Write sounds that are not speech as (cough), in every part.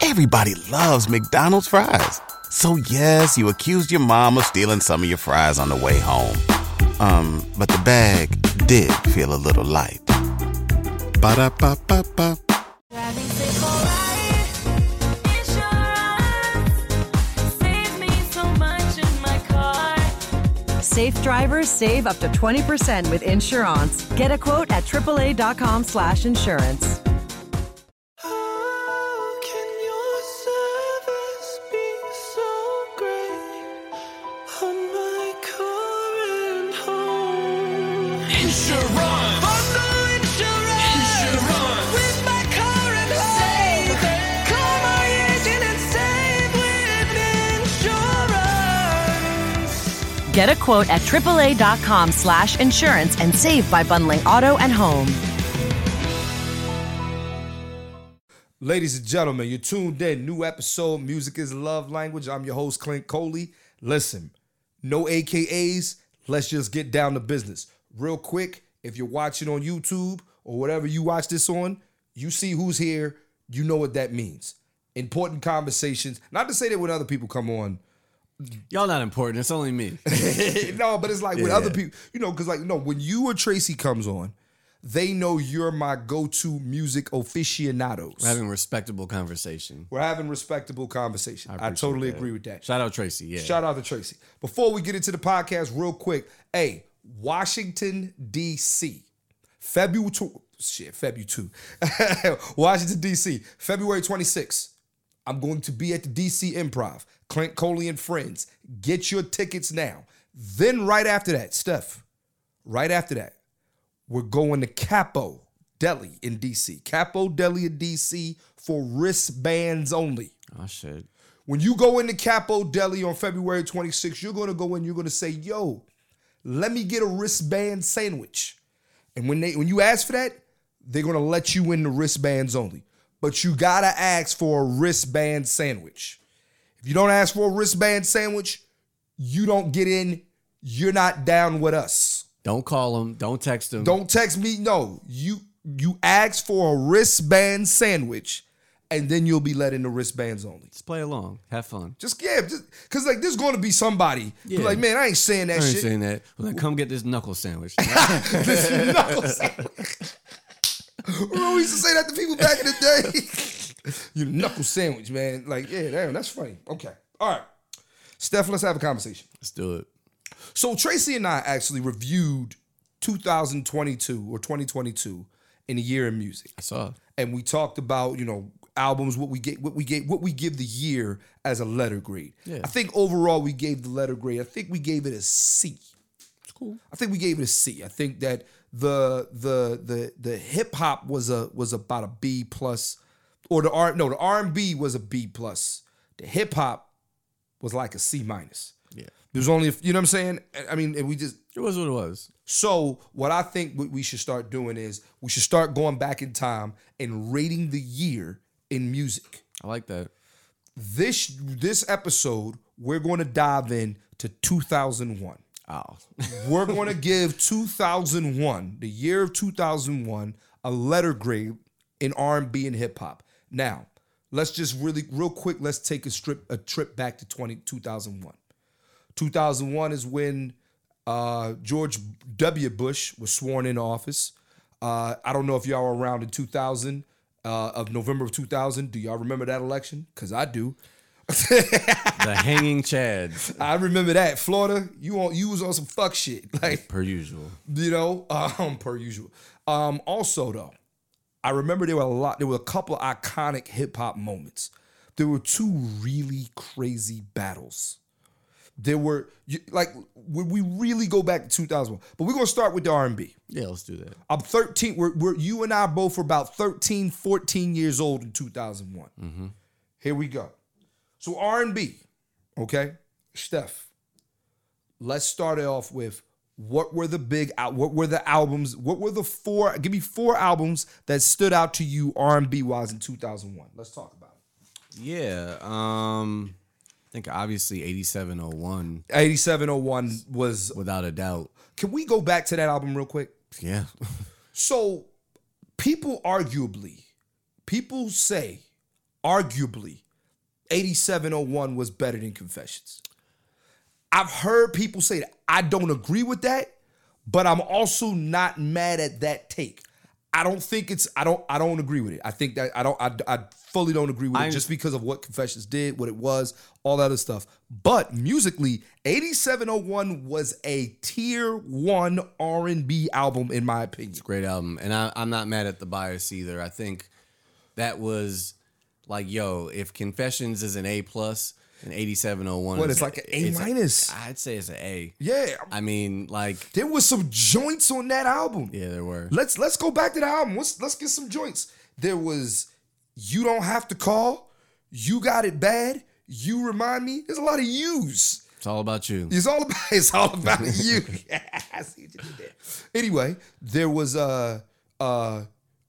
Everybody loves McDonald's fries. So yes, you accused your mom of stealing some of your fries on the way home. Um, but the bag did feel a little light. Ba-da-ba-ba-ba. Safe drivers save up to 20% with insurance. Get a quote at AAA.com slash insurance. Get a quote at AAA.com slash insurance and save by bundling auto and home. Ladies and gentlemen, you're tuned in. New episode, Music is Love Language. I'm your host, Clint Coley. Listen, no AKAs. Let's just get down to business. Real quick, if you're watching on YouTube or whatever you watch this on, you see who's here. You know what that means. Important conversations. Not to say that when other people come on, Y'all not important. It's only me. no, but it's like with other people, you know, because like no, when you or Tracy comes on, they know you're my go-to music aficionados. We're having a respectable conversation. We're having respectable conversation. I, totally agree with that. Shout out Tracy. Yeah. Shout out to Tracy. Before we get into the podcast, real quick, hey, Washington D.C. February two, shit, February two, (laughs) Washington D.C. February 26th. I'm going to be at the DC Improv. Clint Coley and friends, get your tickets now. Then right after that, Steph, right after that, we're going to Capo Deli in DC. Capo Deli in DC for wristbands only. oh shit. When you go into Capo Deli on February 26th, you're going to go in, you're going to say, yo, let me get a wristband sandwich. And when they when you ask for that, they're going to let you in the wristbands only. But you got to ask for a wristband sandwich. If you don't ask for a wristband sandwich, you don't get in. You're not down with us. Don't call him. Don't text him. Don't text me. No, you you ask for a wristband sandwich, and then you'll be let in the wristbands only. Just play along. Have fun. Just yeah, just because like there's going to be somebody who's like, man, I ain't saying that I ain't shit. (laughs) saying that. Well, then come get this knuckle (laughs) sandwich. This is knuckle sandwich. (laughs) Remember we used to say that to people back in the day. (laughs) you knuckle sandwich, man. Like yeah, damn, that's funny. Okay, all right, Steph, let's have a conversation. Let's do it. So Tracy and I actually reviewed 2022 or 2022 in a year in music. I saw. it. and we talked about you know albums what we get what we get what we give the year as a letter grade Yeah. i think overall we gave the letter grade i think we gave it a c It's cool. i think we gave it a c i think that the the the the hip hop was a was about a b plus or the r no the r&b was a b plus the hip hop was like a c minus Yeah. There was only a, you know what i'm saying i mean and we just It was what it was. so what I think what we should start doing is we should start going back in time and rating the year in music. I like that. This this episode we're going to dive in to 2001. Oh. We're going to give 2001, the year of 2001, a letter grade in R&B and hip hop. Now, let's just really real quick let's take a strip a trip back to 20, 2001. 2001 is when uh, George W. Bush was sworn into office. Uh, I don't know if y'all were around in 2000 uh, of November of 2000. Do y'all remember that election? Cause I do. (laughs) the hanging chads, I remember that. Florida, you on you was on some fuck shit. (laughs) Like per usual. you know, um, (laughs) per usual. Um, also though, I remember there were a lot. There were a couple iconic hip hop moments. There were two really crazy battles. There were you- like when we really go back to 2001, but we're gonna start with the R&B. Yeah, let's do that. I'm 13. We're, we're you and I both were about 13, 14 years old in 2001. Here we go. So R&B, okay, Steph. Let's start it off with what were the big out? What were the albums? What were the four? Give me four albums that stood out to you R&B wise in 2001. Let's talk about it. Yeah. Um. I think obviously 8701 8701 was. without a doubt. Can we go back to that album real quick? Yeah. So people arguably, people say arguably 8701 was better than Confessions. I've heard people say that. I don't agree with that, but I'm also not mad at that take. I don't think it's I don't I don't agree with it. I think that I don't I, I fully don't agree with it I'm- just because of what Confessions did, what it was, all that other stuff. But musically, 8701 was a tier 1 R&B album in my opinion. Great album. And I, I'm not mad at the bias either. I think that was like, yo, if Confessions is an A plus and 8701 What, is it's like an A it's minus? I'd say it's an A. Yeah, I mean, like, there was some joints on that album. yeah, there were. Let's let's go back to the album. Let's let's get some joints. There was You Don't Have to Call, You Got It Bad, You Remind Me. There's a lot of yous. It's all about you. It's all about (laughs) it's all about you. I see what you did there. Anyway, there was uh uh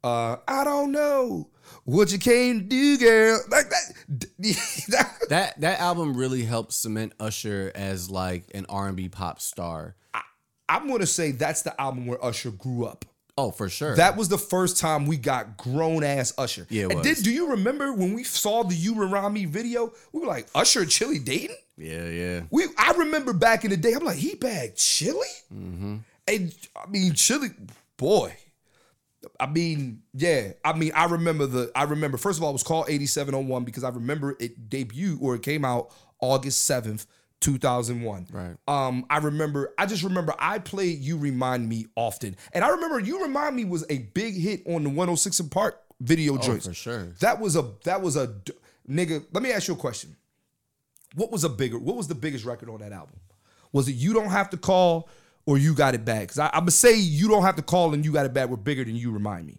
uh I don't know what you came to do, girl. Like that, (laughs) that That that album really helped cement Usher as like an R and B pop star. I'm gonna say that's the album where Usher grew up. Oh, for sure. That was the first time we got grown ass Usher. Yeah, it and was. did do you remember when we saw the You Around Me video? We were like, Usher and Chili dating? yeah, yeah. We I remember back in the day, I'm like, he bagged Chili? Mm-hmm. And I mean, Chili, boy. I mean, yeah. I mean, I remember the I remember first of all it was called 8701 because I remember it debuted or it came out August 7th, 2001. Right. Um, I remember, I just remember I played You Remind Me often. And I remember You Remind Me was a big hit on the 106 and Park video joints. Oh, for sure. That was a that was a d- nigga. Let me ask you a question. What was a bigger what was the biggest record on that album? Was it You Don't Have to Call or You Got It Bad? Because I'm gonna say You Don't Have to Call and You Got It Bad were bigger than You Remind Me.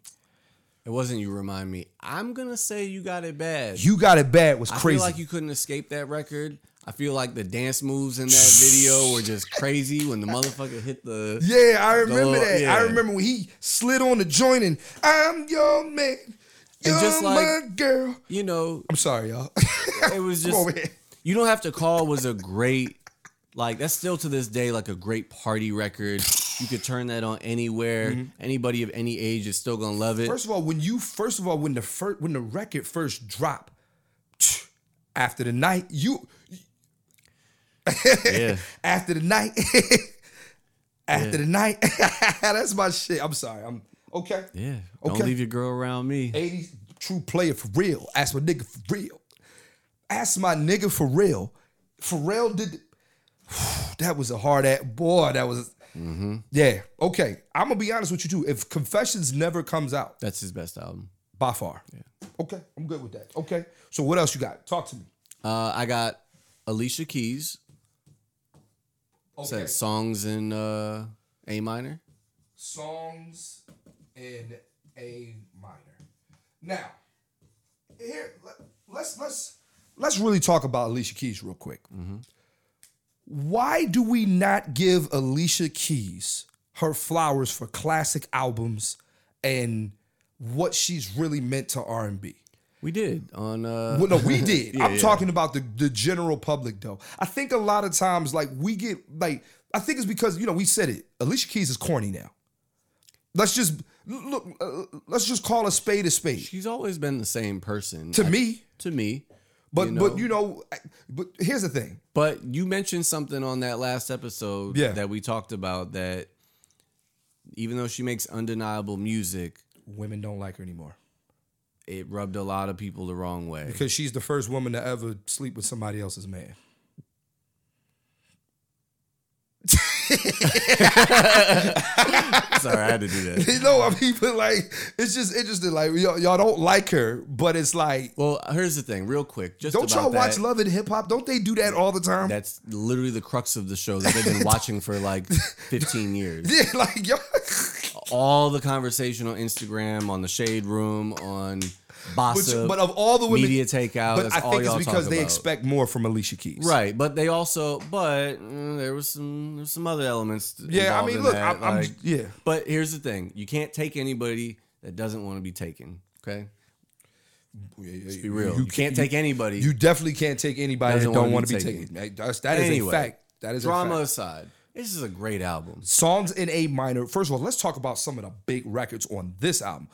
It wasn't you remind me. I'm gonna say you got it bad. You Got It Bad was I crazy. feel like you couldn't escape that record. I feel like the dance moves in that video were just crazy when the motherfucker hit the yeah, I remember Lord, that. yeah. I remember when he slid on the joint and I'm your man. You're And just like- my girl. (laughs) you know, I'm sorry, y'all. it was just over here. you don't have to call was a great like that's still to this day like a great party record. You could turn that on anywhere. Anybody of any age is still gonna love it. Mm-hmm. First of all, when you first of all when the first when the record first dropped, after the night you (laughs) yeah. after the night after the night (laughs) that's my shit. I'm sorry. I'm okay. Yeah. Okay. Don't leave your girl around me. 80 true player for real. Ask my nigga for real. Ask my nigga for real. Pharrell did. (sighs) that was a hard act. Boy, that was. Yeah. Okay. I'm going to be honest with you, too. If Confessions never comes out, That's his best album. by far. Okay. I'm good with that. Okay. So what else you got? Talk to me. Uh, I got Alicia Keys. Said songs in uh, A minor. songs in A minor. Now, here let- let's let's let's really talk about Alicia Keys real quick. Why do we not give Alicia Keys her flowers for classic albums and what she's really meant to R and B? We did on. Uh, Well, no, we (laughs) did. I'm talking about the, the general public though. I think a lot of times, like we get like I think it's because you know we said it. Alicia Keys is corny now. Let's just look. Uh, let's just call a spade a spade. she's always been the same person To I- me, To me, but you know. but you know, I- but here's the thing. but you mentioned something on that last episode Yeah. that we talked about that even though she makes undeniable music, Women don't like her anymore it rubbed a lot of people the wrong way. because she's the first woman to ever sleep with somebody else's man. (laughs) (laughs) Sorry, I had to do (laughs) that. You know, I mean, but like, it's just interesting. Like, y'all, y'all don't like her, but it's like, Well, here's the thing, real quick. Just don't about y'all watch that. Love and Hip Hop? Don't they do that all the time? That's literally the crux of the show that they've been watching for like 15 years. (laughs) yeah, like y'all. (laughs) All the conversation on Instagram, on the Shade Room, on Which, Bossa, but of all the women, media takeout. but that's I all think it's y'all talk because they about. expect more from Alicia Keys, Right, but they also, but mm, there was some, there was some other elements. Yeah, I involved mean, in look, that, I'm, I'm like- yeah, But here's the thing: you can't take anybody that doesn't want to be taken. Okay, let's be real. You, can't take anybody. you definitely can't take anybody that Doesn't don't wanna want to be be taken. taken. That- That's, that is Anyway, a fact. That is drama a fact. aside, this is a great album. Songs in A minor. First of all, let's talk about some of the big records on this album.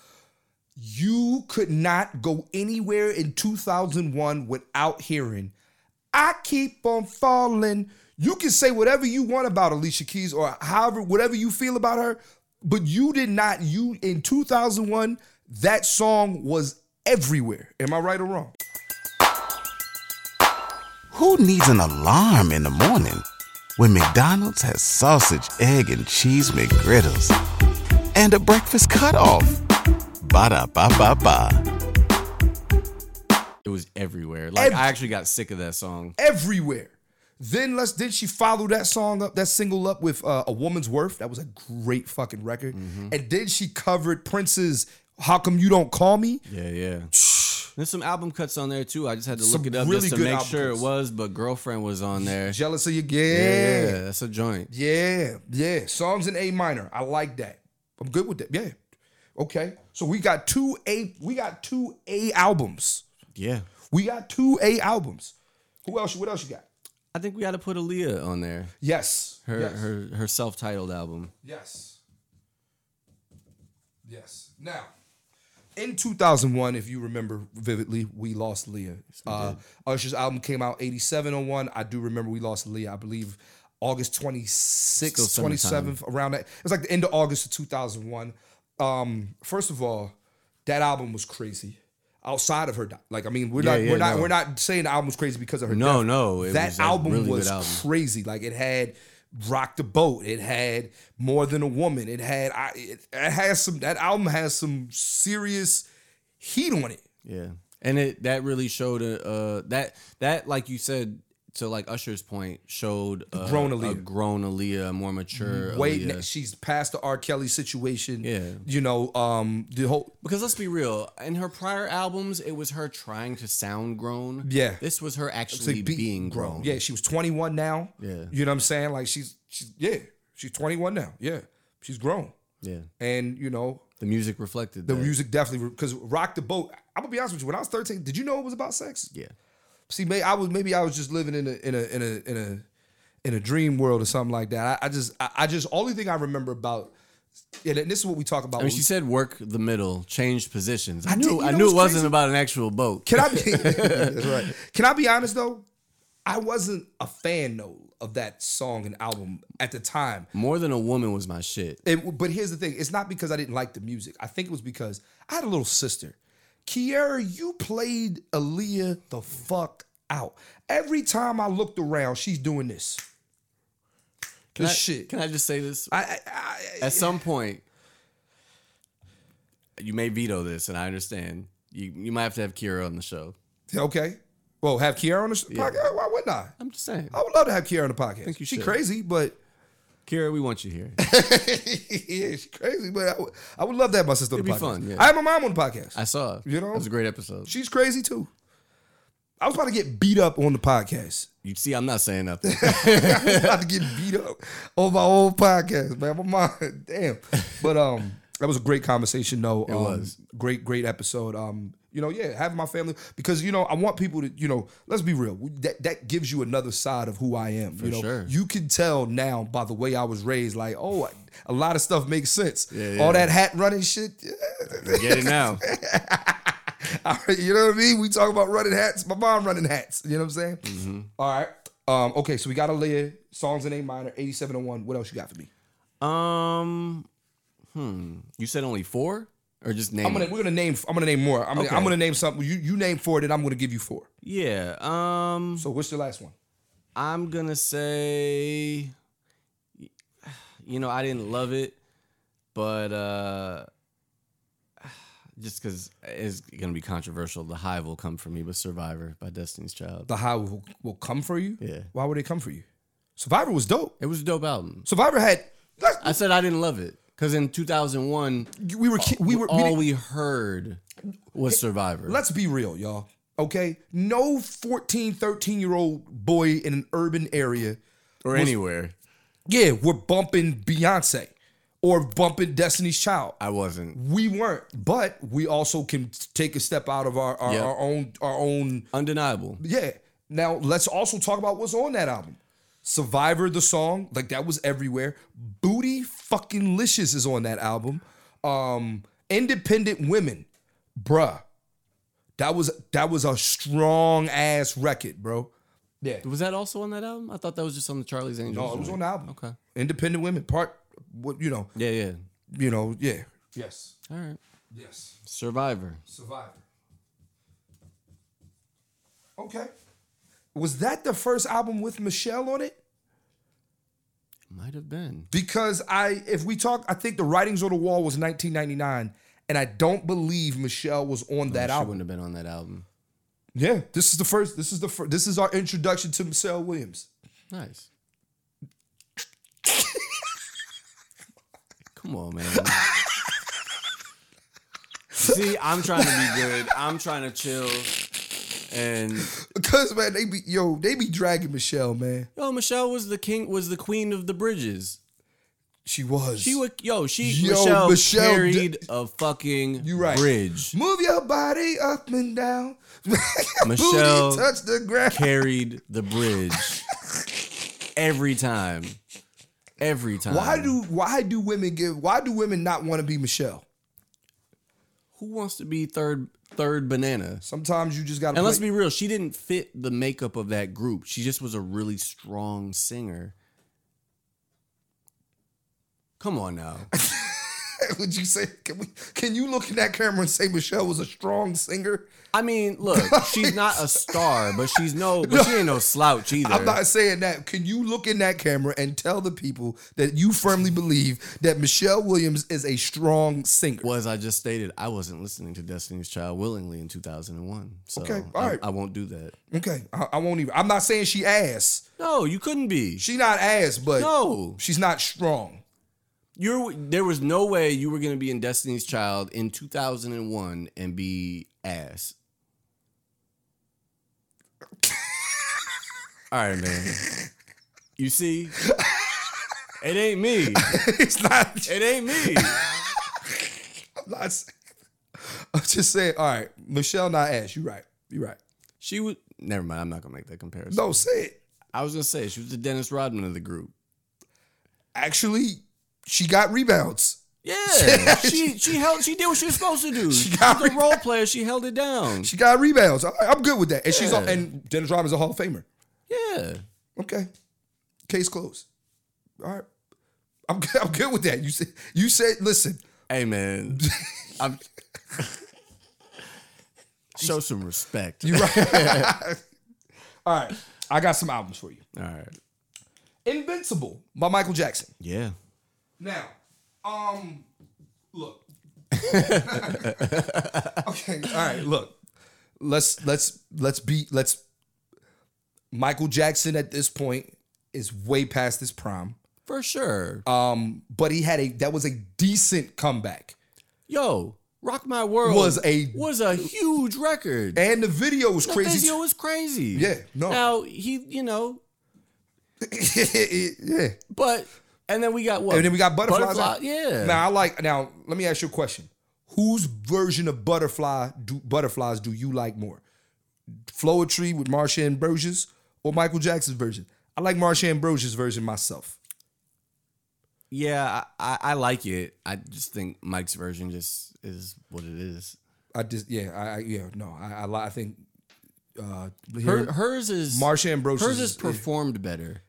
You could not go anywhere in 2001 without hearing, I keep on falling. You can say whatever you want about Alicia Keys or however, whatever you feel about her, but you did not. You, in 2001, that song was everywhere. Am I right or wrong? Who needs an alarm in the morning when McDonald's has sausage, egg, and cheese McGriddles and a breakfast cutoff? Ba da ba ba ba. It was everywhere. Like Ev- I actually got sick of that song. everywhere. Then let's then she followed that song up, that single up with uh, a woman's worth. That was a great fucking record. Mm-hmm. And then she covered Prince's "How Come You Don't Call Me." Yeah, yeah. (sighs) There's some album cuts on there too. I just had to Some look it up really just to good make album sure cuts. it was. But girlfriend was on there. Jealous of you, Yeah, yeah, that's a joint. yeah, yeah. Songs in A minor. I like that. I'm good with that. Yeah. Okay. So we got two A. We got two A albums. Yeah, We got two A albums. Who else? What else you got? I think we got to put Aaliyah on there. Yes. Her yes. her her self-titled album. Yes. Yes. Now, in 2001, if you remember vividly, we lost Leah. uh, Usher's album came out 87 on one. I do remember we lost Leah, I believe August 26th, Still summertime. 27th, around that. It was like the end of August of 2001. Um, first of all, that album was crazy. Outside of her, di- like I mean, we're not yeah, we're not no. we're not saying the album was crazy because of her. No, death. no, it that was a album really good was album. crazy. Like it had "Rock the Boat," it had "More Than a Woman," it had I, it, it has some. That album has some serious heat on it. Yeah, and it that really showed a uh, that that like you said to like Usher's point showed a, Grown a Aaliyah. grown Aaliyah, a more mature Wait, Aaliyah. she's past the R. Kelly situation. Oh, Yeah. you know, um, the whole Because let's be real, in her prior albums, it was her trying to sound grown. Yeah. This was her say actually be- being grown. Yeah, she was 21 now. Yeah. you know what I'm saying? Like she's she's yeah, she's 21 now. Yeah, she's grown, Yeah. and you know. The music reflected The that. music definitely because "Rock the Boat." I'm gonna be honest with you. When I was 13, did you know it was about sex? Yeah. See, may I was maybe I was just living in a in a in a in a in a dream world or something like that. I, I just I, I just only thing I remember about and this is what we talk about. I mean, when she we- said work the middle, change positions. I, did- knew you I know knew what's it wasn't crazy? about an actual (laughs) boat. Can I be (laughs) That's right. Can I be honest though? I wasn't a fan though of that song and album at the time. More than a woman was my shit. It, but here's the thing: it's not because I didn't like the music. I think it was because I had a little sister, Kiara. You played Aaliyah the fuck out. Every time I looked around, she's doing this. Can This I, shit. Can I just say this? I, I, I At some point, you may veto this, and I understand. You you might have to have Kira on the show. Okay. Well, have Kiara on the sh- podcast? Why wouldn't I? I'm just saying. I would love to have Kiara on the podcast. she you should. crazy, but (laughs) Kira, we want you here. yeah, she crazy, but I would, I would love to have my sister on the It'd podcast. be fun, yeah. I have my mom on the podcast. I saw. (laughs) You know? it was a great episode. She's crazy too. I was about to get beat up on the podcast. You see, I'm not saying nothing. I was (laughs) about to get beat up on my own podcast, man. My mom, damn. But um, that was a great conversation, though. It was. great, great episode. Um, you know, yeah, having my family because you know I want people to, you know, let's be real. That that gives you another side of who I am. you know, sure. you can tell now by the way I was raised. Like, oh, a lot of stuff makes sense. yeah. All that hat running shit. (laughs) Get it now. you know what I mean? We talk about running hats. My mom running hats. You know what I'm saying? Mm-hmm. All right. Um, okay, so we got Aaliyah, songs in A minor, 8701. What else you got for me? Um, hmm. You said only four, or just name? I'm gonna it? we're gonna name I'm gonna name more. I'm, gonna, I'm Okay. gonna name something. You you name four, then I'm gonna give you four. Yeah. Um, So what's the last one? I'm gonna say. You know, I didn't love it, but uh, just because it's gonna be controversial, the high will come for me. But Survivor by Destiny's Child, The high will, will come for you. Yeah. Why would they come for you? Survivor was dope. it was a dope album. Survivor had let's- I said I didn't love it because in 2001, we were ki- we were we all didn't- we heard was Survivor. let's be real, y'all. Okay? No 14, 13 year old boy in an urban area or anywhere. yeah, we're bumping Beyonce or bumping Destiny's Child. I wasn't. We weren't, but we also can take a step out of our our, Yep. our own our own. Undeniable. Yeah. Now let's also talk about what's on that album. Survivor, the song, like that was everywhere. Booty fucking licious is on that album. Um, Independent Women, bruh, that was that was a strong ass record, bro. Yeah. Was that also on that album? I thought that was just on the Charlie's Angels. No, it was joint. on the album. Okay. Independent women, part what you know, Yeah, yeah. you know, yeah. Yes. All right. Yes. Survivor. Survivor. Okay. Was that the first album with Michelle on it? Might have been. Because I, if we talk, I think the writings on the wall was 1999, and I don't believe Michelle was on that Oh, she album. wouldn't have been on that album. Yeah, this is the first. This is the first. This is our introduction to Michelle Williams. Nice. Come on, man. See, I'm trying to be good. I'm trying to chill. And Because man, they be yo, they be dragging Michelle, man. yo, Michelle was the king, was the queen of the bridges. She was. She would, yo, she Yo, Michelle, Michelle carried a fucking You right. bridge. Move your body up and down. (laughs) Michelle Booty touch the ground. Carried the bridge every time. Every time. Why do why do women give? Why do women not want to be Michelle? who wants to be third third banana? Sometimes you just gotta. And let's (laughs) play- be real, she didn't fit the makeup of that group. She just was a really strong singer. Come on now. Would you say? Can we? Can you look in that camera and say Michelle was a strong singer? I mean, look, she's not a star, but she's no, but she ain't no slouch (laughs) either. I'm not saying that. Can you look in that camera and tell the people that you firmly believe that Michelle Williams is a strong singer? well, as I just stated, I wasn't listening to Destiny's Child willingly in 2001. So Okay, all I, right. I won't do that. Okay, I, I won't even. I'm not saying she ass. No, you couldn't be. She not ass, but No. she's not strong. (laughs) You're there was no way you were gonna be in Destiny's Child in 2001 and be (laughs) ass. All right, man. You see, it ain't me. it's not. It ain't me. I'm not. saying- I'm just saying. All right, Michelle not ass. You right. You right. She was. Never mind. I'm not gonna make that comparison. No, say it. I was gonna say she was the Dennis Rodman of (laughs) the group. Actually, she got rebounds. Yeah, she she held. She did what she was supposed to do. She's got a role player. She held it down. She got rebounds. All right, I'm good with that. And she's Yeah. a, and Dennis Rodman's a Hall of Famer. Yeah. Okay. Case closed. All right. I'm good. I'm good with that. You said you said listen, (laughs) Hey man, I'm show some respect. (laughs) you're right. All right. I got some albums for you. All right. Invincible by Michael Jackson. Yeah. Now, um (laughs) look. okay. All right, look. Let's let's let's be let's Michael Jackson at this point is way past his prime. For sure. Uh, Um, but he had a that was a decent comeback. Yo, Rock My World Was a- was a huge (laughs) record. And the video was The crazy. (laughs) video was crazy. Yeah, no. Now he, you know, too. yeah. but and then we got what? And then we got butterflies. Butterfly- out. yeah. Now I like now, let me ask you a question. Whose version of butterfly do butterflies do you like more? Floetry with Marsha Ambrosius or Michael Jackson's version? I like Marsha Ambrosius' version myself. yeah, I, I, I like it. I just think Mike's version just is what it is. I just yeah, I, I yeah, no, I I, li- I think uh Her, hers is Marsha Ambrosius Hers is is- performed better.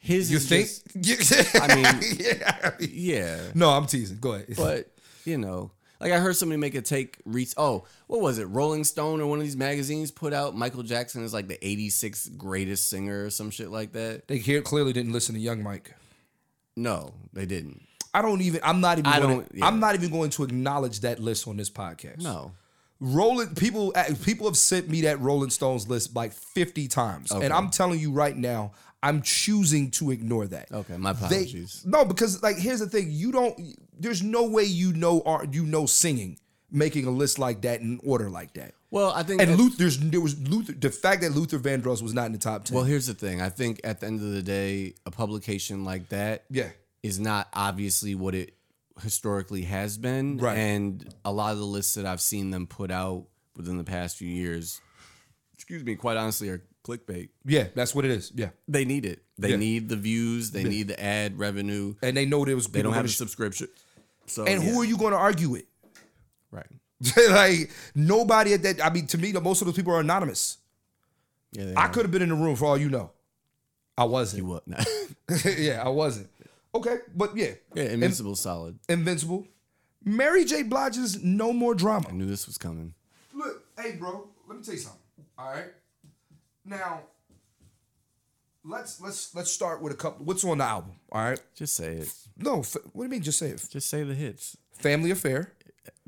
His you is think? (laughs) just- (laughs) I mean- yeah. no, I'm teasing. Go ahead. but you know, like I heard somebody make a take. Re- oh, what was it? Rolling Stone or one of these magazines put out Michael Jackson is like the 86th greatest singer or some shit like that. They here clearly didn't listen to Young Mike. No, they didn't. I don't even. I'm not even. I going don't- yeah. I'm not even going to acknowledge that list on this podcast. No, Rolling people. uh, People have sent me that Rolling Stones list like 50 times, and I'm telling you right now, I'm choosing to ignore that. okay, my They- apologies. no, because like here's the thing. You don't. There's no way you know art. You know singing. Making a list like that in order like that. well, I think And that- Luther, there's, there was Luther. The fact that Luther Vandross was not in the top ten. Well, here's the thing. I think at the end of the day, a publication like that is yeah, not obviously what it historically has been, Right. and a lot of the lists that I've seen them put out within the past few years, excuse me, quite honestly, are clickbait. yeah, that's what it is. Yeah, They need it. They Yeah. need the views. They need the ad revenue. and they know there was. They don't have a subscription. So And yeah. who are you going to argue with? (laughs) right? like nobody at that. I mean, to me, the, most of those people are anonymous. Yeah, they I are. could have been in the room for all you know. I wasn't. You what? Nah. (laughs) yeah, I wasn't. Okay, but yeah, (laughs) yeah, Invincible solid. Invincible. Mary J. Blige's No More Drama. I knew this was coming. Look, hey, bro, let me tell you something. All right, now let's let's let's start with a couple. What's on the album? All right. Just say it. No, fa- what do you mean? Just say it. Just say the hits. Family Affair.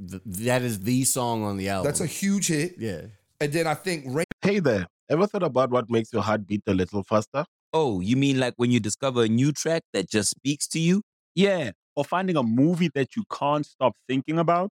Th- that is the song on the album. That's a huge hit. yeah. And then I think Rain. Hey there, ever thought about what makes your heart beat a little faster? Oh, you mean like when you discover a new track that just speaks to you? Yeah, or finding a movie that you can't stop thinking about.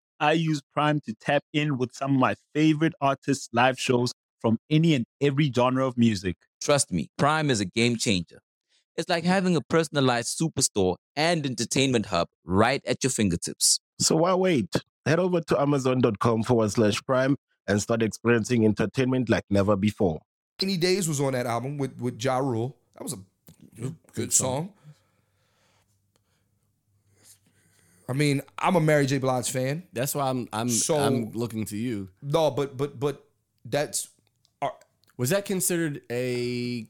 I use Prime to tap in with some of my favorite artists' live shows from any and every genre of music. Trust me, Prime is a game changer. It's like having a personalized superstore and entertainment hub right at your fingertips. So why wait? Head over to amazon.com forward slash prime and start experiencing entertainment like never before. Rainy Days was on that album with with Ja Rule. That was a good, song. I mean, I'm a Mary J. Blige fan. That's why I'm I'm So- I'm looking to you. No, but but but that's are- Was that considered a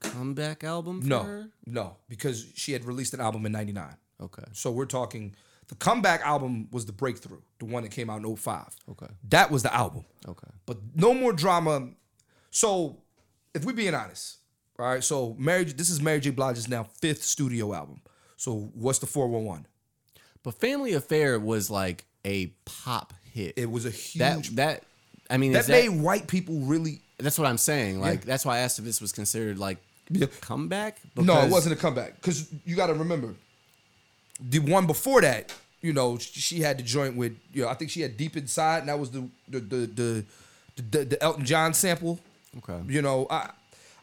comeback album? For no Her? no because she had released an album in '99. Okay. So we're talking the comeback album was the breakthrough, the one that came out in 05. Okay. That was the album. Okay. But no more drama. So, if we're being honest, all right. So, Mary, this is Mary J. Blige's now fifth studio album. So, what's the four one one? But Family Affair was like a pop hit. It was a huge that that, that I mean is made that, white people really. that's what I'm saying. Like that's why I asked if this was considered like comeback. no, it because- wasn't a comeback because you got to remember the one before that. You know, sh- she had the joint with you know I think she had Deep Inside, and that was the the the the, the, the Elton John sample. Okay. You know, I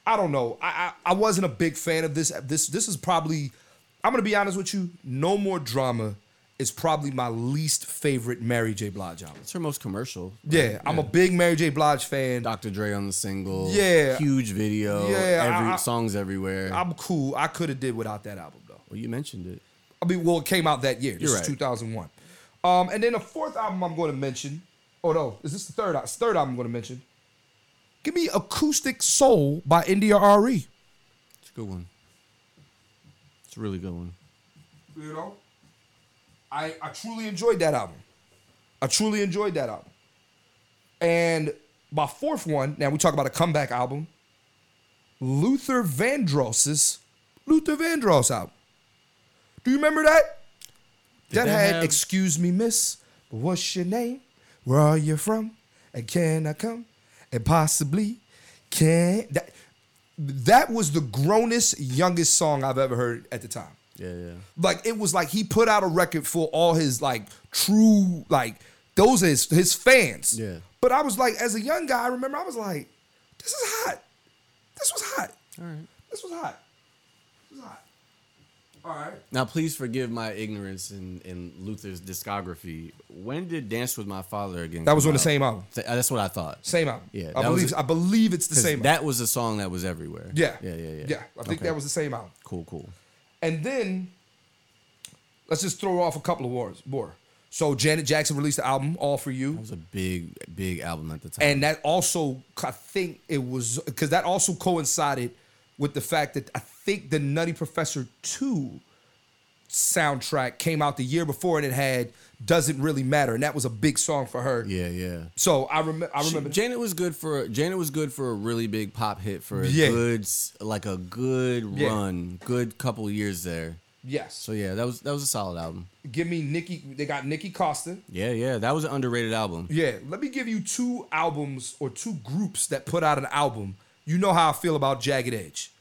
I don't know. I, I I wasn't a big fan of this. This this is probably I'm gonna be honest with you. No more drama is probably my least favorite Mary J. Blige album. It's her most commercial. Yeah, I'm a big Mary J. Blige fan. Dr. Dre on the single. Yeah. Huge video. Yeah, Every, I- I- songs everywhere. I'm cool. I could have did without that album though. well, you mentioned it. I mean, well, it came out that year. This You're is right. 2001. Um, and then the fourth album I'm going to mention. Oh no, is this the third? al- Third album I'm going to mention. Give me Acoustic Soul by NDRE. It's a good one. It's a really good one. You know, I I truly enjoyed that album. I truly enjoyed that album. And my fourth one. Now we talk about a comeback album. Luther Vandross's Luther Vandross album. Do you remember that? that that had have- "Excuse Me, Miss," but what's your name? Where are you from? And can I come? And possibly can that? That was the grownest, youngest song I've ever heard at the time Yeah, yeah. like it was like he put out a record for all his like true like those is his fans. Yeah. But I was like, as a young guy, I remember I was like, this is hot. This was hot. All right. This was hot. This was hot. All right. Now, please forgive my ignorance in, in Luther's discography. When did Dance with My Father again? That was come on the out? same album. Th- uh, That's what I thought. Same album. Yeah, I that was believe a- I believe it's the 'Cause same album. That was a song that was everywhere. Yeah. Yeah, yeah, yeah. Yeah. I think Okay. that was the same album. cool, cool. And then let's just throw off a couple of wars more. So Janet Jackson released the album All For You. It was a big, big album at the time. and that also I think it was because that also coincided with the fact that I think the Nutty Professor two soundtrack came out the year before and it had doesn't really matter and that was a big song for her. yeah, yeah. So I remember I She- remember Janet was good for Janet was good for a really big pop hit for a Yeah. good s- like a good Yeah. run, good couple years there. yes. So yeah, that was that was a solid album. give me Nikki. They got Nikki Costa. Yeah, yeah, that was an underrated album. Yeah. Let me give you two albums or two groups that put out an album. You know how I feel about Jagged Edge,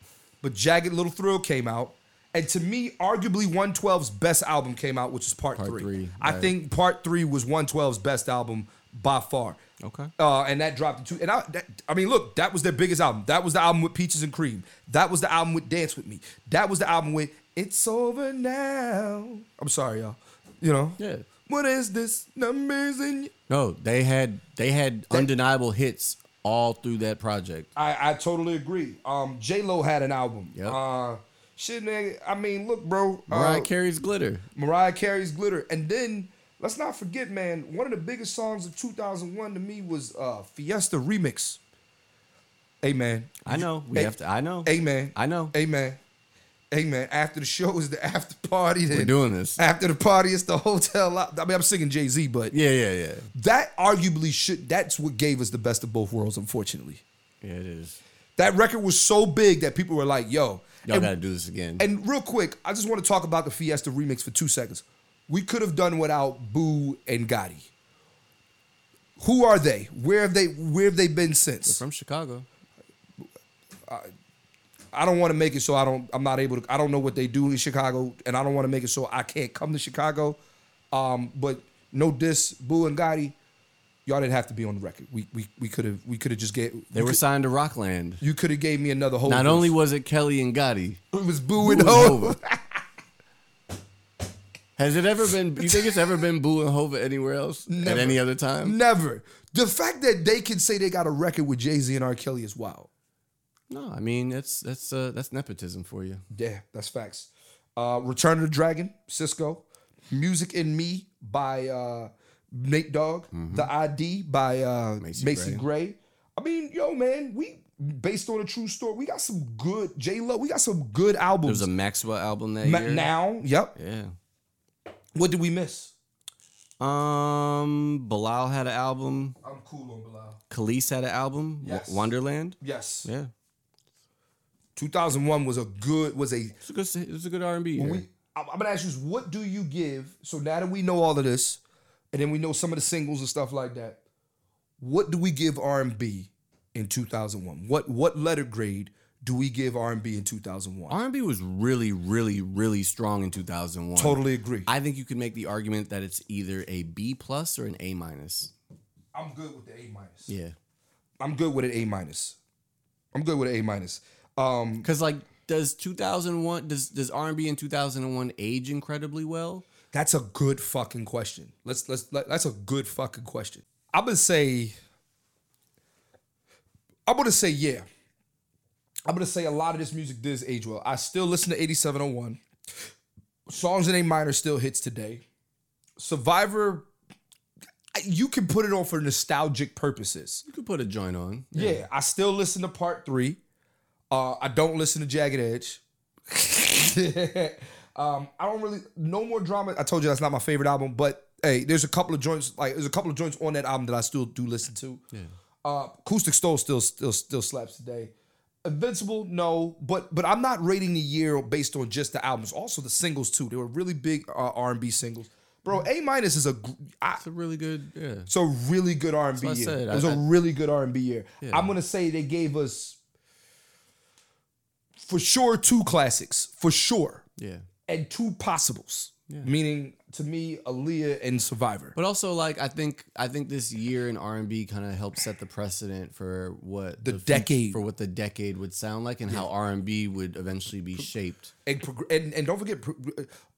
but Jagged Little Thrill came out. And to me, arguably 112's best album came out, which is Part, Part three. Three, I right. think Part Three was 112's best album by far. Okay. Uh, and that dropped to And I, that, I mean, look, that was their biggest album. That was the album with Peaches and Cream. That was the album with Dance with Me. That was the album with It's Over Now. I'm sorry, y'all. You know. Yeah. What is this? Numbers in. y-" No, they had they had undeniable hits all through that project. I I totally agree. Um, J Lo had an album. Yep. Uh, shit, nigga. I mean, look, bro. uh, Mariah Carey's glitter. Mariah Carey's Glitter. And then let's not forget, man, one of the biggest songs of 2001 to me was uh, Fiesta Remix. Amen. I know. We Hey, have to. I know. Amen. I know. Amen. Amen. After the show is the after party. Then We're doing this. After the party, it's the hotel. lo- I mean, I'm singing Jay Z, but Yeah, yeah, yeah. that arguably should. That's what gave us the best of both worlds. Unfortunately, Yeah, it is. that record was so big that people were like, "Yo, Y'all and- got to do this again. and real quick, I just want to talk about the Fiesta remix for two seconds. We could have done without Boo and Gotti. Who are they? Where have they? Where have they been since? From Chicago. I don't want to make it so I don't. I'm not able to. I don't know what they do in Chicago, and I don't want to make it so I can't come to Chicago. Um, but no diss, Boo and Gotti. Y'all didn't have to be on the record. We we we could have we could Oh, have just get. They were signed to Rockland. You could have gave me another whole. Not only was it Kelly and Gotti, it was Boo, Boo and and Hov. Hova. (laughs) Has it ever been? You think it's ever been Boo and Hova anywhere else at Never. any other time? Never. The fact that they can say they got a record with Jay Z and R. Kelly is wild. No, I mean that's that's uh, that's nepotism for you. Yeah, that's facts. Uh, Return of the Dragon, Cisco. Music in Me by uh, Nate Dogg. The ID by uh, Mm-hmm. Macy, Macy Gray. I mean, yo, man, we based on a true story. We got some good J Lo. We got some good There was albums. a Maxwell album that Ma- year. now, yep. Yeah. What did we miss? Um, Bilal had an album. I'm cool on Bilal. Khalees had an album. Wa- Yes. Wonderland. Yes. Yeah. 2001 was a good was a It's a good. It's a good R and B. When we, I'm, I'm gonna ask you, this, what do you give? So now that we know all of this, and then we know some of the singles and stuff like that, what do we give R&B in 2001? What what letter grade do we give R&B in 2001? R and B was really, really, really strong in 2001. totally agree. I, I think you could make the argument that it's either a B plus or an A minus. am good with the A minus. Yeah. I'm good with an A minus. I'm good with an A minus. Um, Cause like, does 2001 does does R and B in 2001 age incredibly well? That's a good fucking question. Let's let's let, that's a good fucking question. I'm gonna say. I'm gonna say yeah. I'm gonna say a lot of this music does age well. I still listen to 8701. Songs in A minor still hits today. Survivor, you can put it on for nostalgic purposes. You could put a joint on. Yeah, I still listen to part three. Uh, I don't listen to Jagged Edge. (laughs) um, I don't really no more drama. I told you that's not my favorite album, but hey, there's a couple of joints like there's a couple of joints on that album that I still do listen to. Yeah. Uh, Acoustic Stole still still still slaps today. Invincible, no, but but I'm not rating the year based on just the albums. Also the singles too. They were really big uh, R&B singles. Bro, A minus is a gr- I, It's a really good. Yeah. it's a really good R and B what I year. said. it was a I- I- really good R and B year. I'm gonna say they gave us for sure two classics, for sure, Yeah. and two possibles. Meaning to me, Aaliyah and Survivor. But also, like, I think I think this year in R and B kind of helped set the precedent for what the, fut- decade. for what the decade would sound like and how R and B would eventually be shaped. and, prog- and and don't forget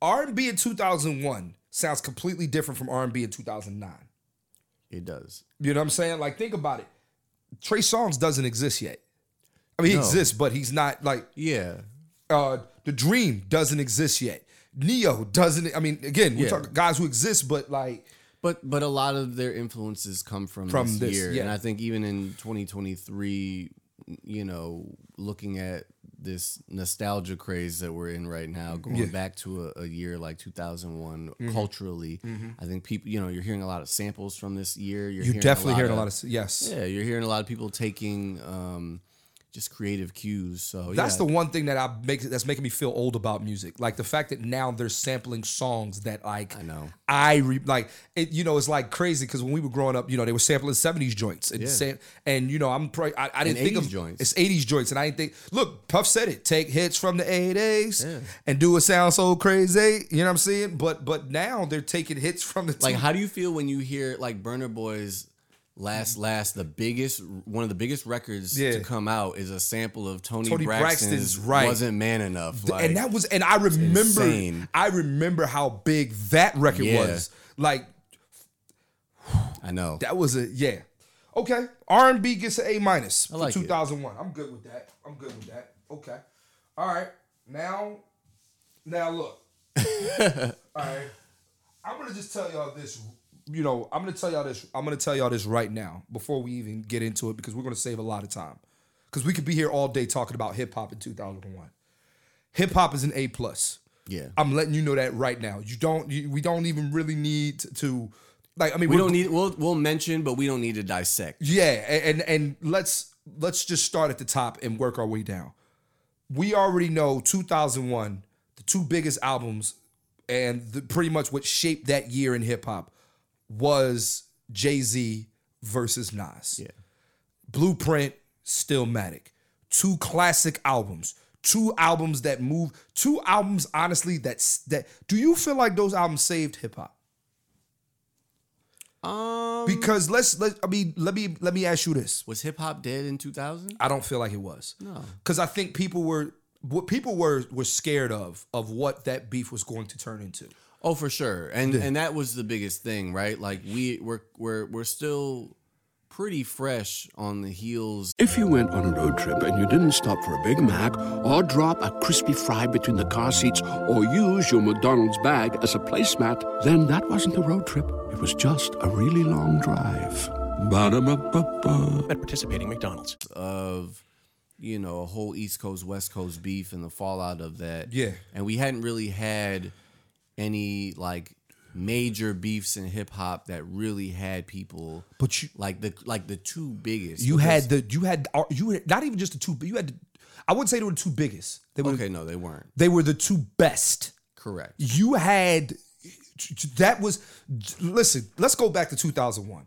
R and B in 2001 sounds completely different from R and B in 2009. It does. You know what I'm saying? Like think about it. Trey Songz doesn't exist yet. I mean, he No. exists, but he's not like Yeah. uh the dream doesn't exist yet neo doesn't i mean again we Yeah. talk guys who exist but like But but a lot of their influences come from, From this, this, year, yeah. and I think even in 2023, you know, looking at this nostalgia craze that we're in right now, Mm-hmm. going back to a, a year like 2001 culturally, Mm-hmm. I think people, you know, you're hearing a lot of samples from this year. You're, you're definitely hearing a lot of yes Yeah, you're hearing a lot of people taking um, just creative cues. So That's yeah. the one thing that I make that's making me feel old about music. Like the fact that now they're sampling songs that like I know. I re- like it. You know, it's like crazy because when we were growing up, you know, they were sampling seventies joints and sam- and you know, I'm probably I, I didn't And think 80s of joints. It's eighties joints, and I didn't think. Look, Puff said it. Take hits from the eighties and do it sound so crazy. You know what I'm saying? But but now they're taking hits from the Like, two- how do you feel when you hear like Burner Boy's last last the biggest one of the biggest records Yeah. to come out is a sample of Tony, Tony Braxton's, Braxton's, right. wasn't man enough. Like, and that was and I remember insane. I remember how big that record Yeah. was. Like I know. That was a yeah. Okay, R and B gets an A minus for like it. 2001. I'm good with that. I'm good with that. Okay, all right. Now, now (laughs) look. all right, I'm gonna just tell y'all this. You know, I'm gonna tell y'all this. I'm gonna tell y'all this right now before we even get into it because we're gonna save a lot of time because we could be here all day talking about hip hop in 2001. Hip hop is an A plus. yeah, I'm letting you know that right now. You don't. You, we don't even really need to. Like I mean, we we're- don't need. We'll we'll mention, but we don't need to dissect. yeah, a- and and let's let's just start at the top and work our way down. We already know 2001, the two biggest albums, and the, pretty much what shaped that year in hip hop was Jay Z versus Nas. Yeah. Blueprint, Stillmatic, two classic albums, two albums that move, two albums. Honestly, that's that. Do you feel like those albums saved hip hop? Um, Because let's let I mean let me let me ask you this. was hip hop dead in 2000? I don't feel like it was. No. Because I think people were what people were were scared of of what that beef was going to turn into. Oh, for sure, and and that was the biggest thing, right? Like we we're we're we're still pretty fresh on the heels. If you went on a road trip and you didn't stop for a Big Mac or drop a crispy fry between the car seats or use your McDonald's bag as a placemat, then that wasn't a road trip. It was just a really long drive. Ba-da-ba-ba-ba. at participating McDonald's. of you know a whole East Coast West Coast beef and the fallout of that. Yeah. and we hadn't really had any like major beefs in hip hop that really had people. But you like the like the two biggest. you because- had the you had uh, you had, not even just the two but you had the, I wouldn't say they were the two biggest. They were okay, no, they weren't they were the two best. correct. You had that was listen, let's go back to 2001.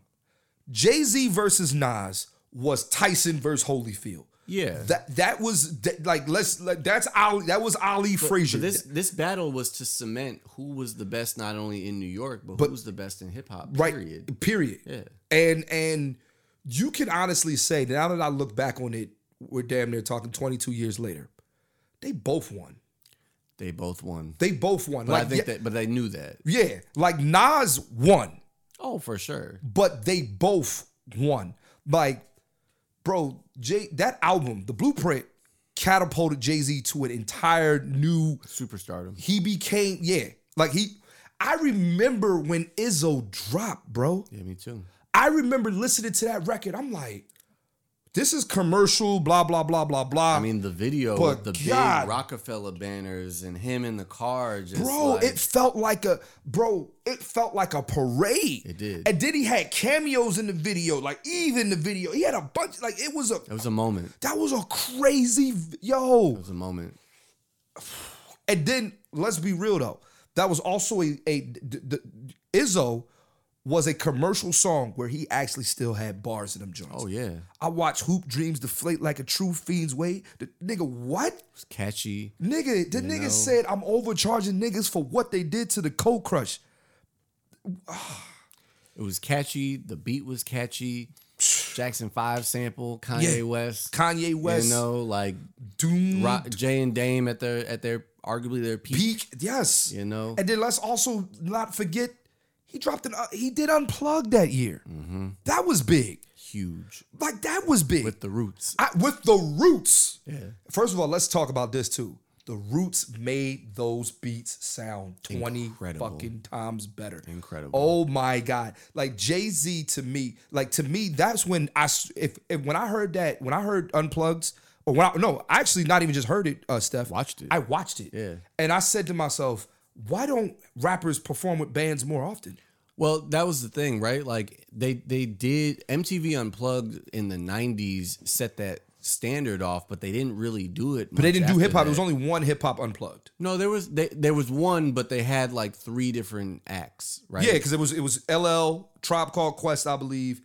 Jay-Z versus Nas was Tyson versus Holyfield. Yeah, That that was that, like let's let, that's Ali that was Ali But- Frazier. but This this battle was to cement who was the best not only in New York but, But- who was the best in hip hop. right Period. period Yeah. and and you can honestly say now that i look back on it we're damn near talking 22 years later they both won They both won. they both won But like I think yeah, that but they knew that. yeah like nas won Oh, for sure. but they both won like bro jay that album the blueprint catapulted jay-z to an entire new Superstardom. he became yeah like he i remember when izzo dropped bro Yeah, me too. I remember listening to that record. I'm like, this is commercial, blah, blah, blah, blah, blah. I mean, the video But with the God. big Rockefeller banners and him in the car. Just bro, like- it felt like a bro, it felt like a parade. It did. And then he had cameos in the video, like Eve in the video. He had a bunch, like it was a it was a moment. that was a crazy v- It yo. was a moment. And then let's be real though. That was also a, a d- d- d- Izzo was a commercial song where he actually still had bars in them joints. Oh yeah, it I watch Hoop Dreams deflate like a true fiend's weight. The, nigga, what? was catchy. Nigga, the nigga know? said I'm overcharging niggas for what they did to the cold crush. It was catchy. The beat was catchy. Jackson Five sample. Kanye Yeah. West. Kanye West, You know, like Doom, Rock, Jay and Dame at their at their arguably their peak. Peak, yes. You know, And then let's also not forget he dropped an uh, he did unplug that year. Mm-hmm. That was big. huge Like that was big. with the roots. I, with the roots. First of all, let's talk about this too. The roots made those beats sound 20 Incredible. fucking times better. Incredible. Oh my god. Like Jay-Z to me, like to me that's when I s- if, if when I heard that, when I heard Unplugged or when I no, I actually not even just heard it uh Steph. Watched it. I watched it. Yeah. And I said to myself, why don't rappers perform with bands more often? Well, that was the thing, right? Like they they did MTV Unplugged in the '90s set that standard off, but they didn't really do it. But they much didn't do after hip hop. It that. was only one hip hop unplugged. no. There was they, there was one, but they had like three different acts, right? Yeah, because it was it was LL Tribe Called Quest, I believe.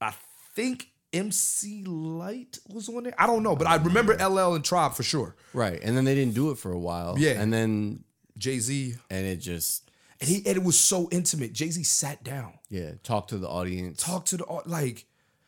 I think MC Light was on there. I don't know, but I remember LL and Tribe for sure. right. And then they didn't do it for a while. Yeah. and then Jay Z, and it just and he and it was so intimate. Jay Z sat down, yeah, talk to the audience. talked to the au- like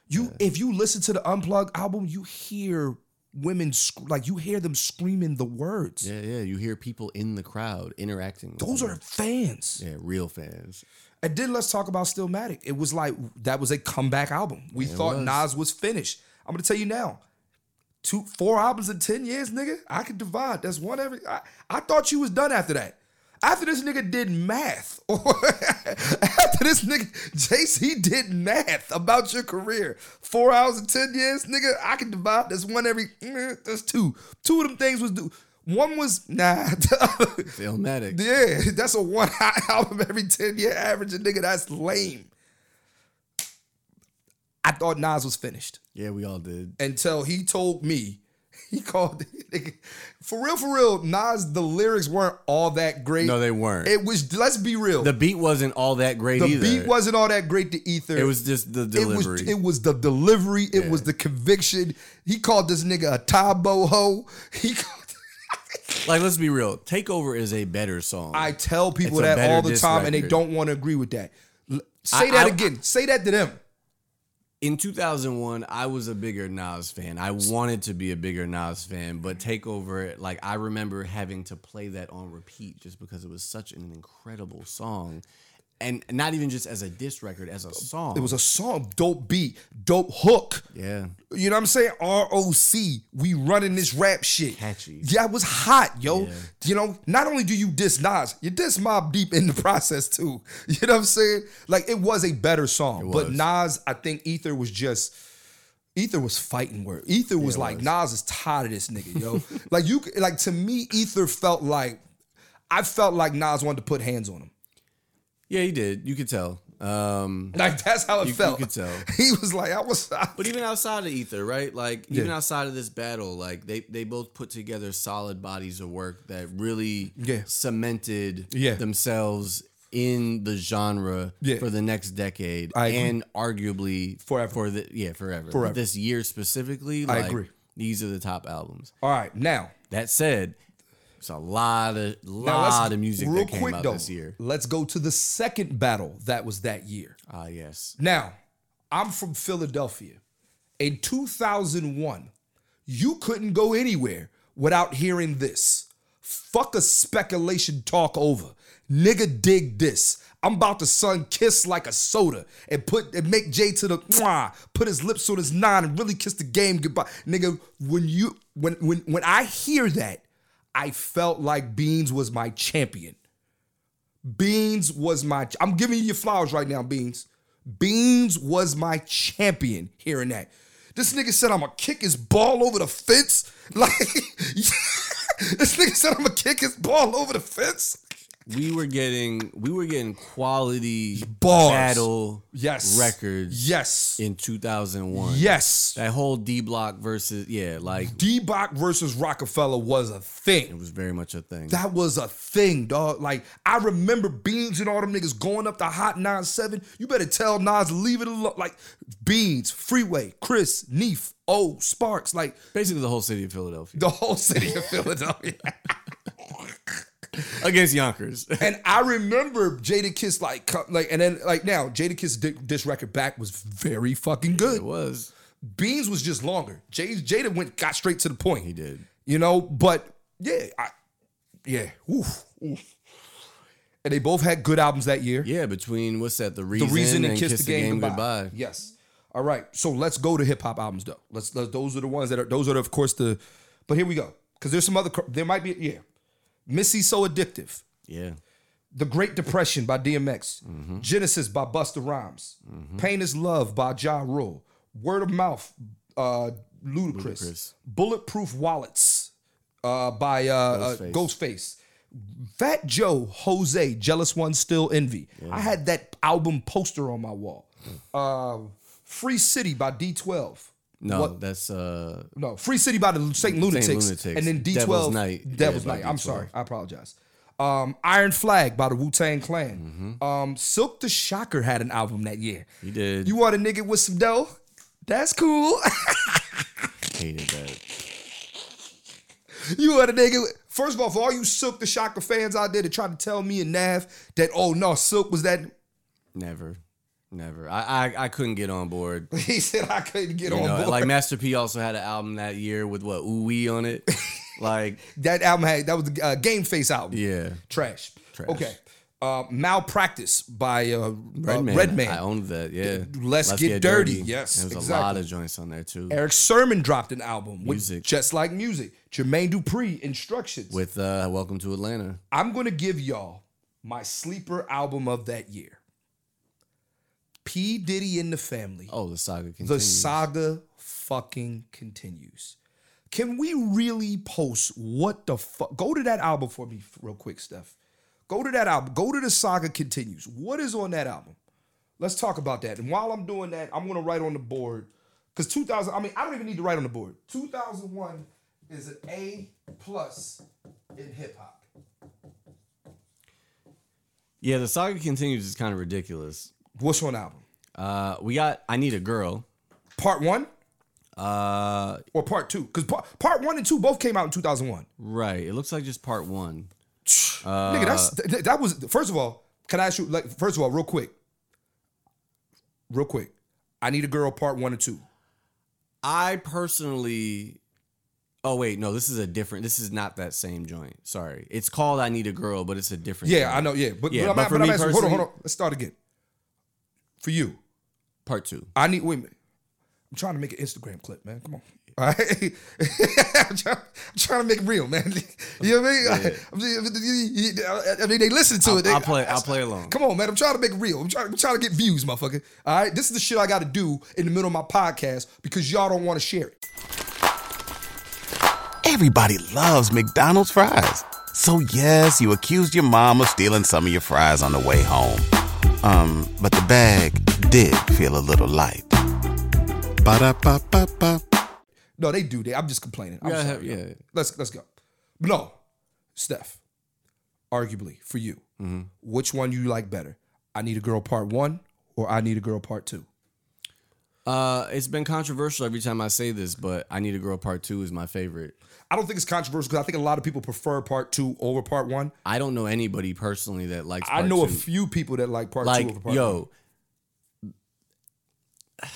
you. If you listen to the Unplugged album, you hear women sc- like you hear them screaming the words. Yeah, yeah. You hear people in the crowd interacting. With Those them. are fans. yeah, real fans. And then let's talk about Stillmatic. It was like that was a comeback album. We thought was. Nas was finished. I'm gonna tell you now, two four albums in ten years, nigga. I could divide. That's one every. I, I thought you was done after that. After this nigga did math, (laughs) after this nigga JC did math about your career, four hours and ten years, nigga. I could divide. That's one every. mm, That's two. Two of them things was do. One was nah. (laughs) the other- Illmatic. yeah, (laughs) that's a one hot album every 10 year average, and nigga, that's lame. I thought Nas was finished Yeah, we all did. until he told me, (laughs) he called, nigga, for real, for real, Nas, the lyrics weren't all that great. No, they weren't. It was, let's be real. the The, beat wasn't all that great either. beat wasn't all that great to Ether. It was just the It delivery. was, it was the delivery. It was the conviction. He called this nigga a Tabo ho. He (laughs) called, like, let's be real. Takeover is a better song. I tell people It's a that better all the diss time, and they record. don't want to agree with that. L- Say I- that I- again. Say that to them. in 2001, I was a bigger Nas fan. I wanted to be a bigger Nas fan, but Takeover, like, I remember having to play that on repeat just because it was such an incredible song. And not even just as a diss record, as a song. It was a song, dope beat, dope hook. yeah. You know what I'm saying? ROC, we running this rap shit. Catchy. Yeah, it was hot, yo. You know, not only do you diss Nas, you diss Mob Deep in the (laughs) process too. You know what I'm saying? Like it was a better song, but was. Nas, I think Ether was just Ether was fighting word. Ether was like Nas is tired of this nigga, yo. (laughs) like you, like to me, Ether felt like I felt like Nas wanted to put hands on him. Yeah, he did. You could tell. Um, Like that's how it You- you felt. could tell. (laughs) He was like, I was. I, But even outside of Ether, right? Like even outside of this battle, like they they both put together solid bodies of work that really Yeah. cemented Yeah. themselves in the genre Yeah. for the next decade I agree. and arguably Forever. for the yeah forever But Forever. this year specifically I like, agree. these are the top albums All right, now that said it's a lot of Now, let's- lot of music that came out this year Let's go to the second battle that was that year. ah yes Now, I'm from Philadelphia. In 2001, you couldn't go anywhere without hearing this. Fuck a speculation talk over. Nigga dig this. I'm about to son kiss like a soda and put and make Jay to the mwah, put his lips on his nine and really kiss the game goodbye. Nigga, when you when when when I hear that, I felt like Beans was my champion. Beans was my. I'm giving you your flowers right now, Beans. Beans was my champion. Hearing that, this nigga said I'm gonna kick his ball over the fence. (laughs) Like this nigga said I'm gonna kick his ball over the fence. we were getting we were getting quality Bars. battle Yes. records Yes. in 2001 yes. that whole d block versus yeah like D-Bach versus Rockefeller was a thing. it was very much a thing That was a thing, dog. Like I remember Beans and all them niggas going up the hot 9-7. You better tell Nas leave it alone. Like Beans, Freeway, Chris, Neef, O, Sparks, like basically the whole city of philadelphia (laughs) the whole city of Philadelphia. against yonkers (laughs) (laughs) and I remember Jada Kiss like co- like and then like now Jada Kiss this record back was very fucking good. it was Beans was just longer. Jada, Jada went got straight to the point. he did you know. But yeah, I, yeah, oof, oof. And they both had good albums that year. yeah between what's that the the reason, reason and, and kiss, the game, goodbye. Yes. All right. So let's go to hip hop albums though. Let's, let those are the ones that are those are of course the. But here we go because there's some other cr- there might be yeah, Missy so addictive. yeah The Great Depression by DMX. Genesis by Busta Rhymes. Pain is Love by Ja Rule. Word of Mouth, uh, Ludacris. Ludacris. Bulletproof Wallets uh, by uh, Ghostface. Uh, Ghostface. Fat Joe, Jose, Jealous One, Still Envy. I had Um, that album poster on my wall. Uh, Free City by D12. No, What- that's uh No, Free City by the Satan Lunatics, Lunatics. and then D12 Devil's Night. Devil's Yeah, by Night. I'm D12. sorry, I apologize. Um, Iron Flag by the Wu Tang Clan. Um, Silk the Shocker had an album that year. Mm-hmm. he did. You want a nigga with some dough? That's cool. (laughs) hated that. you want a nigga? With... First of all, for all you Silk the Shocker fans out there that tried to tell me and Nav that oh no, Silk was that. Never. Never. I, I I couldn't get on board. (laughs) He said I couldn't get You on know, board. like Master P also had an album that year with what Ooh Wee (laughs) on it. like that album had that was the uh, Game Face album. yeah, Trash. Trash. Okay. Uh, Malpractice by uh, Redman. Redman. Uh, Redman. I owned that. Yeah. Let's Get Dirty. Yes, There was a lot exactly. of joints on there too. Eric Sermon dropped an album with Music. just like music. Jermaine Dupri, Instructions. With uh Welcome to Atlanta. I'm gonna give y'all my sleeper album of that year. P Diddy and the Family. Oh, the saga continues. the saga fucking continues. Can we really post what the fuck? Go to that album for me real quick, Steph. Go to that album. Go to the saga continues. What is on that album? Let's talk about that. And while I'm doing that, I'm gonna write on the board because 2000. I mean, I don't even need to write on the board. 2001 is an A plus in hip hop. Yeah, the saga continues is kind of ridiculous. What's on album? Uh we got I Need a Girl. Part one Uh or part two? Because part, part one and two both came out in 2001. right. It looks like just part one. Nigga, Uh, that's th- th- that was first of all. Can I ask you like first of all, real quick, real quick? I need a girl. Part one and two. I personally Oh wait, no, this is a different this is not that same joint. Sorry. It's called I Need a Girl, but it's a different Yeah, joint. I know. Yeah, but, Yeah, but I'm, but not- for but I'm me asking. Hold on, hold on. personally- Let's start again. For you, Part two. I need. Wait a minute. I'm trying to make an Instagram clip, man. Come on. (laughs) All right. I'm, trying, I'm trying to make it real, man. (laughs) You know what I mean? (laughs) I'm just- I mean, they listen to it. They, I'll play I'll play along. Come on, man. I'm trying to make it real. I'm trying, I'm trying to get views, motherfucker. All right. This is the shit I got to do in the middle of my podcast because y'all don't want to share it. Everybody loves McDonald's fries. So yes, you accused your mom of stealing some of your fries on the way home. Um, but the bag did feel a little light. Ba-da-ba-ba-ba. No, they do. They. I'm just complaining. I'm Yeah, sorry. yeah. yo. Let's let's go. But no, Steph. Arguably for you, Mm-hmm. which one you like better? I need a girl part one or I need a girl part two. Uh, it's been controversial every time I say this, but I Need a Girl Part Two is my favorite. I don't think it's controversial because I think a lot of people prefer part two over part one. I don't know anybody personally that likes. I part know a two. few people that like part like two over part one. yo. (sighs)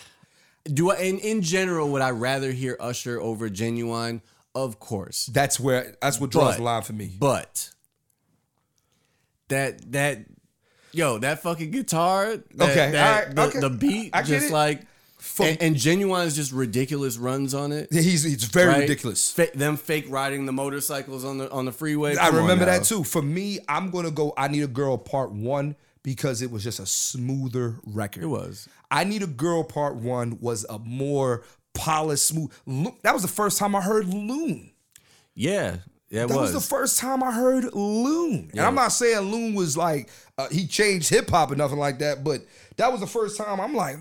Do I in, in general would I rather hear Usher over Genuine? Of course, That's where that's what draws But- the line for me. but that that yo that fucking guitar, that, Okay, that- alright, the, okay. the beat, I get just it. like For- and, and Genuine's just ridiculous runs on it. he's he's very right? ridiculous. Fa- them fake riding the motorcycles on the on the freeway. I Come on remember now. that too. For me, I'm gonna go. I need a girl part one because it was just a smoother record. It was. I need a girl part one was a more polished, smooth. Lo- That was the first time I heard Loon. Yeah, yeah, it That was. was. the first time I heard Loon. And I'm not saying Loon was like uh, he changed hip hop or nothing like that, but that was the first time I'm like,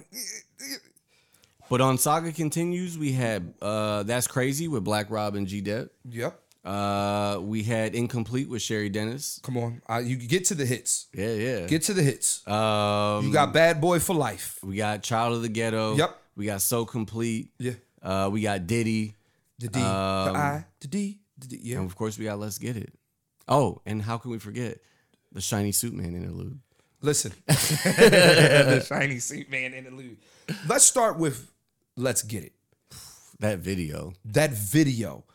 but on Saga Continues, we had uh, That's Crazy with Black Rob and G Dep. yep. Uh, we had Incomplete with Sherry Dennis. Come on, I, you get to the hits. Yeah, yeah. Get to the hits. um, you got Bad Boy for Life. we got Child of the Ghetto. Yep. We got So Complete. Yeah. Uh, we got Diddy. The D, the I, the D, the D. Yeah. um, And of course, we got Let's Get It. Oh, and how can we forget the Shiny Suit Man interlude? Listen, (laughs) (laughs) the shiny suit man interlude. Let's start with let's get it. That video. That video,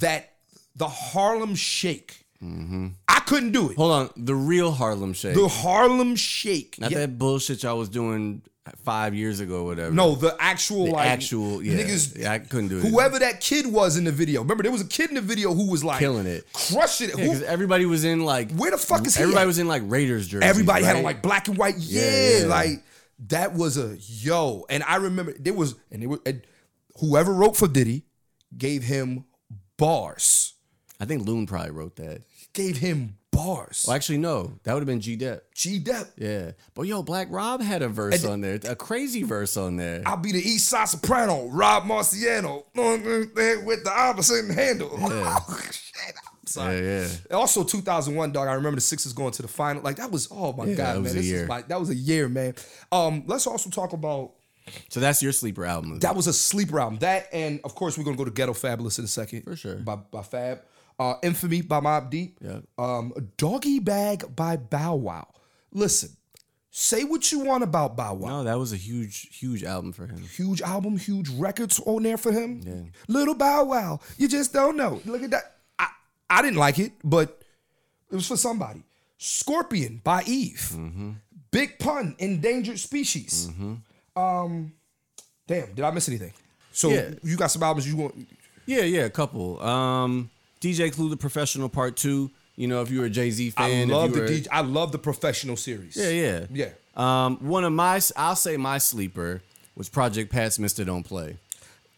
that the Harlem Shake. I couldn't do it. Hold on. The real Harlem Shake. The Harlem Shake. Not Yeah. that bullshit y'all was doing five years ago or whatever. no, the actual The like actual, yeah. niggas. Yeah, I couldn't do it. Whoever that kid was in the video. Remember, there was a kid in the video who was like Killing it. crushing it. Who- because everybody was in like Where the fuck is he everybody at? was in like Raiders jerseys. Everybody had right? on like black and white. Yeah, yeah. like that was a yo. And I remember there was and it was and whoever wrote for Diddy gave him bars. I think Loon probably wrote that. Gave him bars. Well, actually, no. That would have been G Dep. G Dep. Yeah. But yo, Black Rob had a verse And- on there, a crazy verse on there. I'll be the East Side Soprano, Rob Marciano, with the opposite handle. (laughs) Oh, Yeah. Shit, I'm sorry. yeah, yeah. Also, 2001, dog. I remember the Sixers going to the final. Like that was, oh my Yeah, god, that was man. a This year. is my, that was a year, man. Um, let's also talk about So that's your sleeper album. that was a sleeper album. That and of course we're gonna go to Ghetto Fabulous in a second For sure. by by Fab, uh, Infamy by Mob Deep, Yeah. um, Doggy Bag by Bow Wow. Listen, say what you want about Bow Wow. no, that was a huge, huge album for him. Huge album, huge records on there for him. Little Bow Wow, you just don't know. Look at that. I I didn't like it, but it was for somebody. Scorpion by Eve. Mm-hmm. Big Pun, Endangered Species. Um, damn, did I miss anything? So Mm-hmm. Yeah. you got some albums you want? Yeah, yeah, a couple. Um, DJ Clue, The Professional Part Two. You know, if you were a Jay Z I fan, if love you the were- DJ, I love the professional series. Yeah, yeah, yeah. Um, one of my, I'll say my sleeper was Project Pat's "Mr. Don't Play."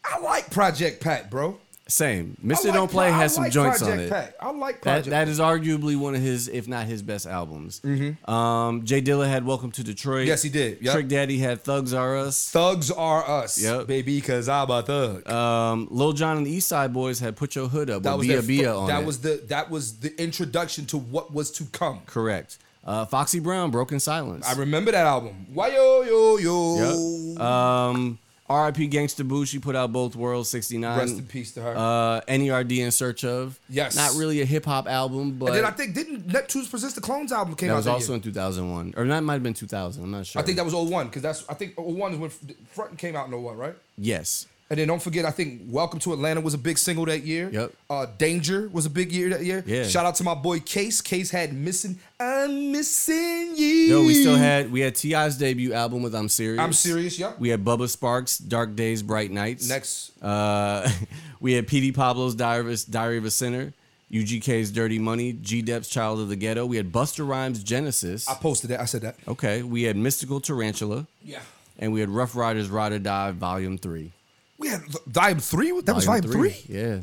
I like Project Pat, bro. Same, I "Mr. like Don't Play" Pro- I has some like joints Project on it. Pat. I like That, Project. that is arguably one of his, if not his best albums. Um, Jay Dilla had "Welcome to Detroit." Mm-hmm. Yes, he did. Yep. Trick Daddy had "Thugs Are Us." Thugs are us, Yep. baby, because I'm a thug. Um, Lil Jon and the East Side Boys had "Put Your Hood Up." that was with their Bia Bia fir- on that it. was the that was the introduction to what was to come. correct. Uh, Foxy Brown, "Broken Silence." I remember that album. Why yo yo yo. Yep. Um, R.I.P. Gangsta Boo. She put out both worlds '69. Rest in peace to her. Um, Uh, N.E.R.D. in search of. Yes. Not really a hip hop album, but and then I think didn't Neptune's Persist the Clones album came that out was that also year? in 2001, or that might have been 2000. I'm not sure. I think that was 01 because that's I think 01 is when Front came out in 01, right? yes. And then don't forget, I think Welcome to Atlanta was a big single that year. Yep. Uh, Danger was a big year that year. Yeah. Shout out to my boy Case. Case had missing. I'm missing you. Yo, we still had we had Ti's debut album with I'm Serious. I'm serious. Yep. We had Bubba Sparks, Dark Days, Bright Nights. Next. Uh, (laughs) we had P.D. Pablo's Diary of, a- Diary of a Sinner, UGK's Dirty Money, G Dep's Child of the Ghetto. We had Buster Rhymes' Genesis. I posted that. I said that. Okay. We had Mystical Tarantula. Yeah. and we had Rough Riders Ride or Die Volume Three. We had Vibe Three. That was Vibe Three. Yeah,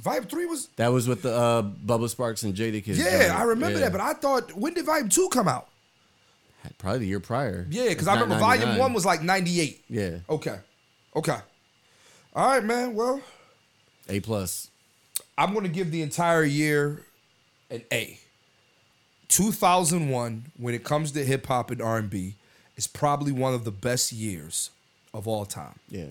Vibe Three was. that was with the uh, Bubba Sparks and Jada Kids. Yeah, I remember that. But I thought, when did Vibe Two come out? I probably the year prior. Yeah, because If I not remember 99. Volume One was like '98. yeah Okay. Okay. All right, man. Well, A plus. I'm going to give the entire year an A. 2001, when it comes to hip hop and R&B, is probably one of the best years of all time. Yeah,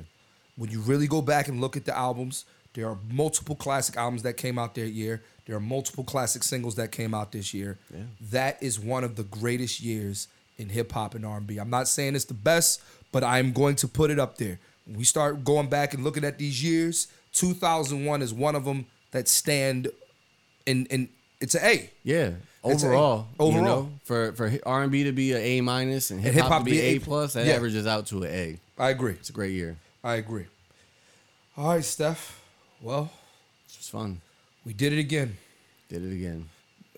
when you really go back and look at the albums, there are multiple classic albums that came out that year. There are multiple classic singles that came out this year. That is one of the greatest years in hip hop and R&B. I'm not saying it's the best, but I'm going to put it up there. When we start going back and looking at these years, 2001 is one of them that stand in in it's an A. yeah. It's a- Overall, overall. you know, for for R and B to be an A minus and hip hop to be an A plus, that Yeah. averages out to an A. I agree. It's a great year. I agree. All right, Steph. Well, It's just fun. we did it again. Did it again.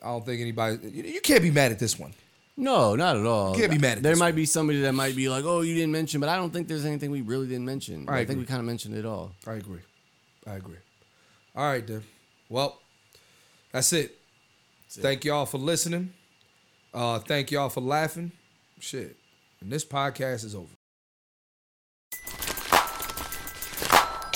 I don't think anybody you- you can't be mad at this one. No, not at all. Can't be mad at There this might be somebody that might be like, "Oh, you didn't mention," but I don't think there's anything we really didn't mention. I I, think agree. we kind of mentioned it all. I agree. I agree. All right, then. Well, that's it. thank y'all for listening. Uh, thank y'all for laughing. Shit. And this podcast is over.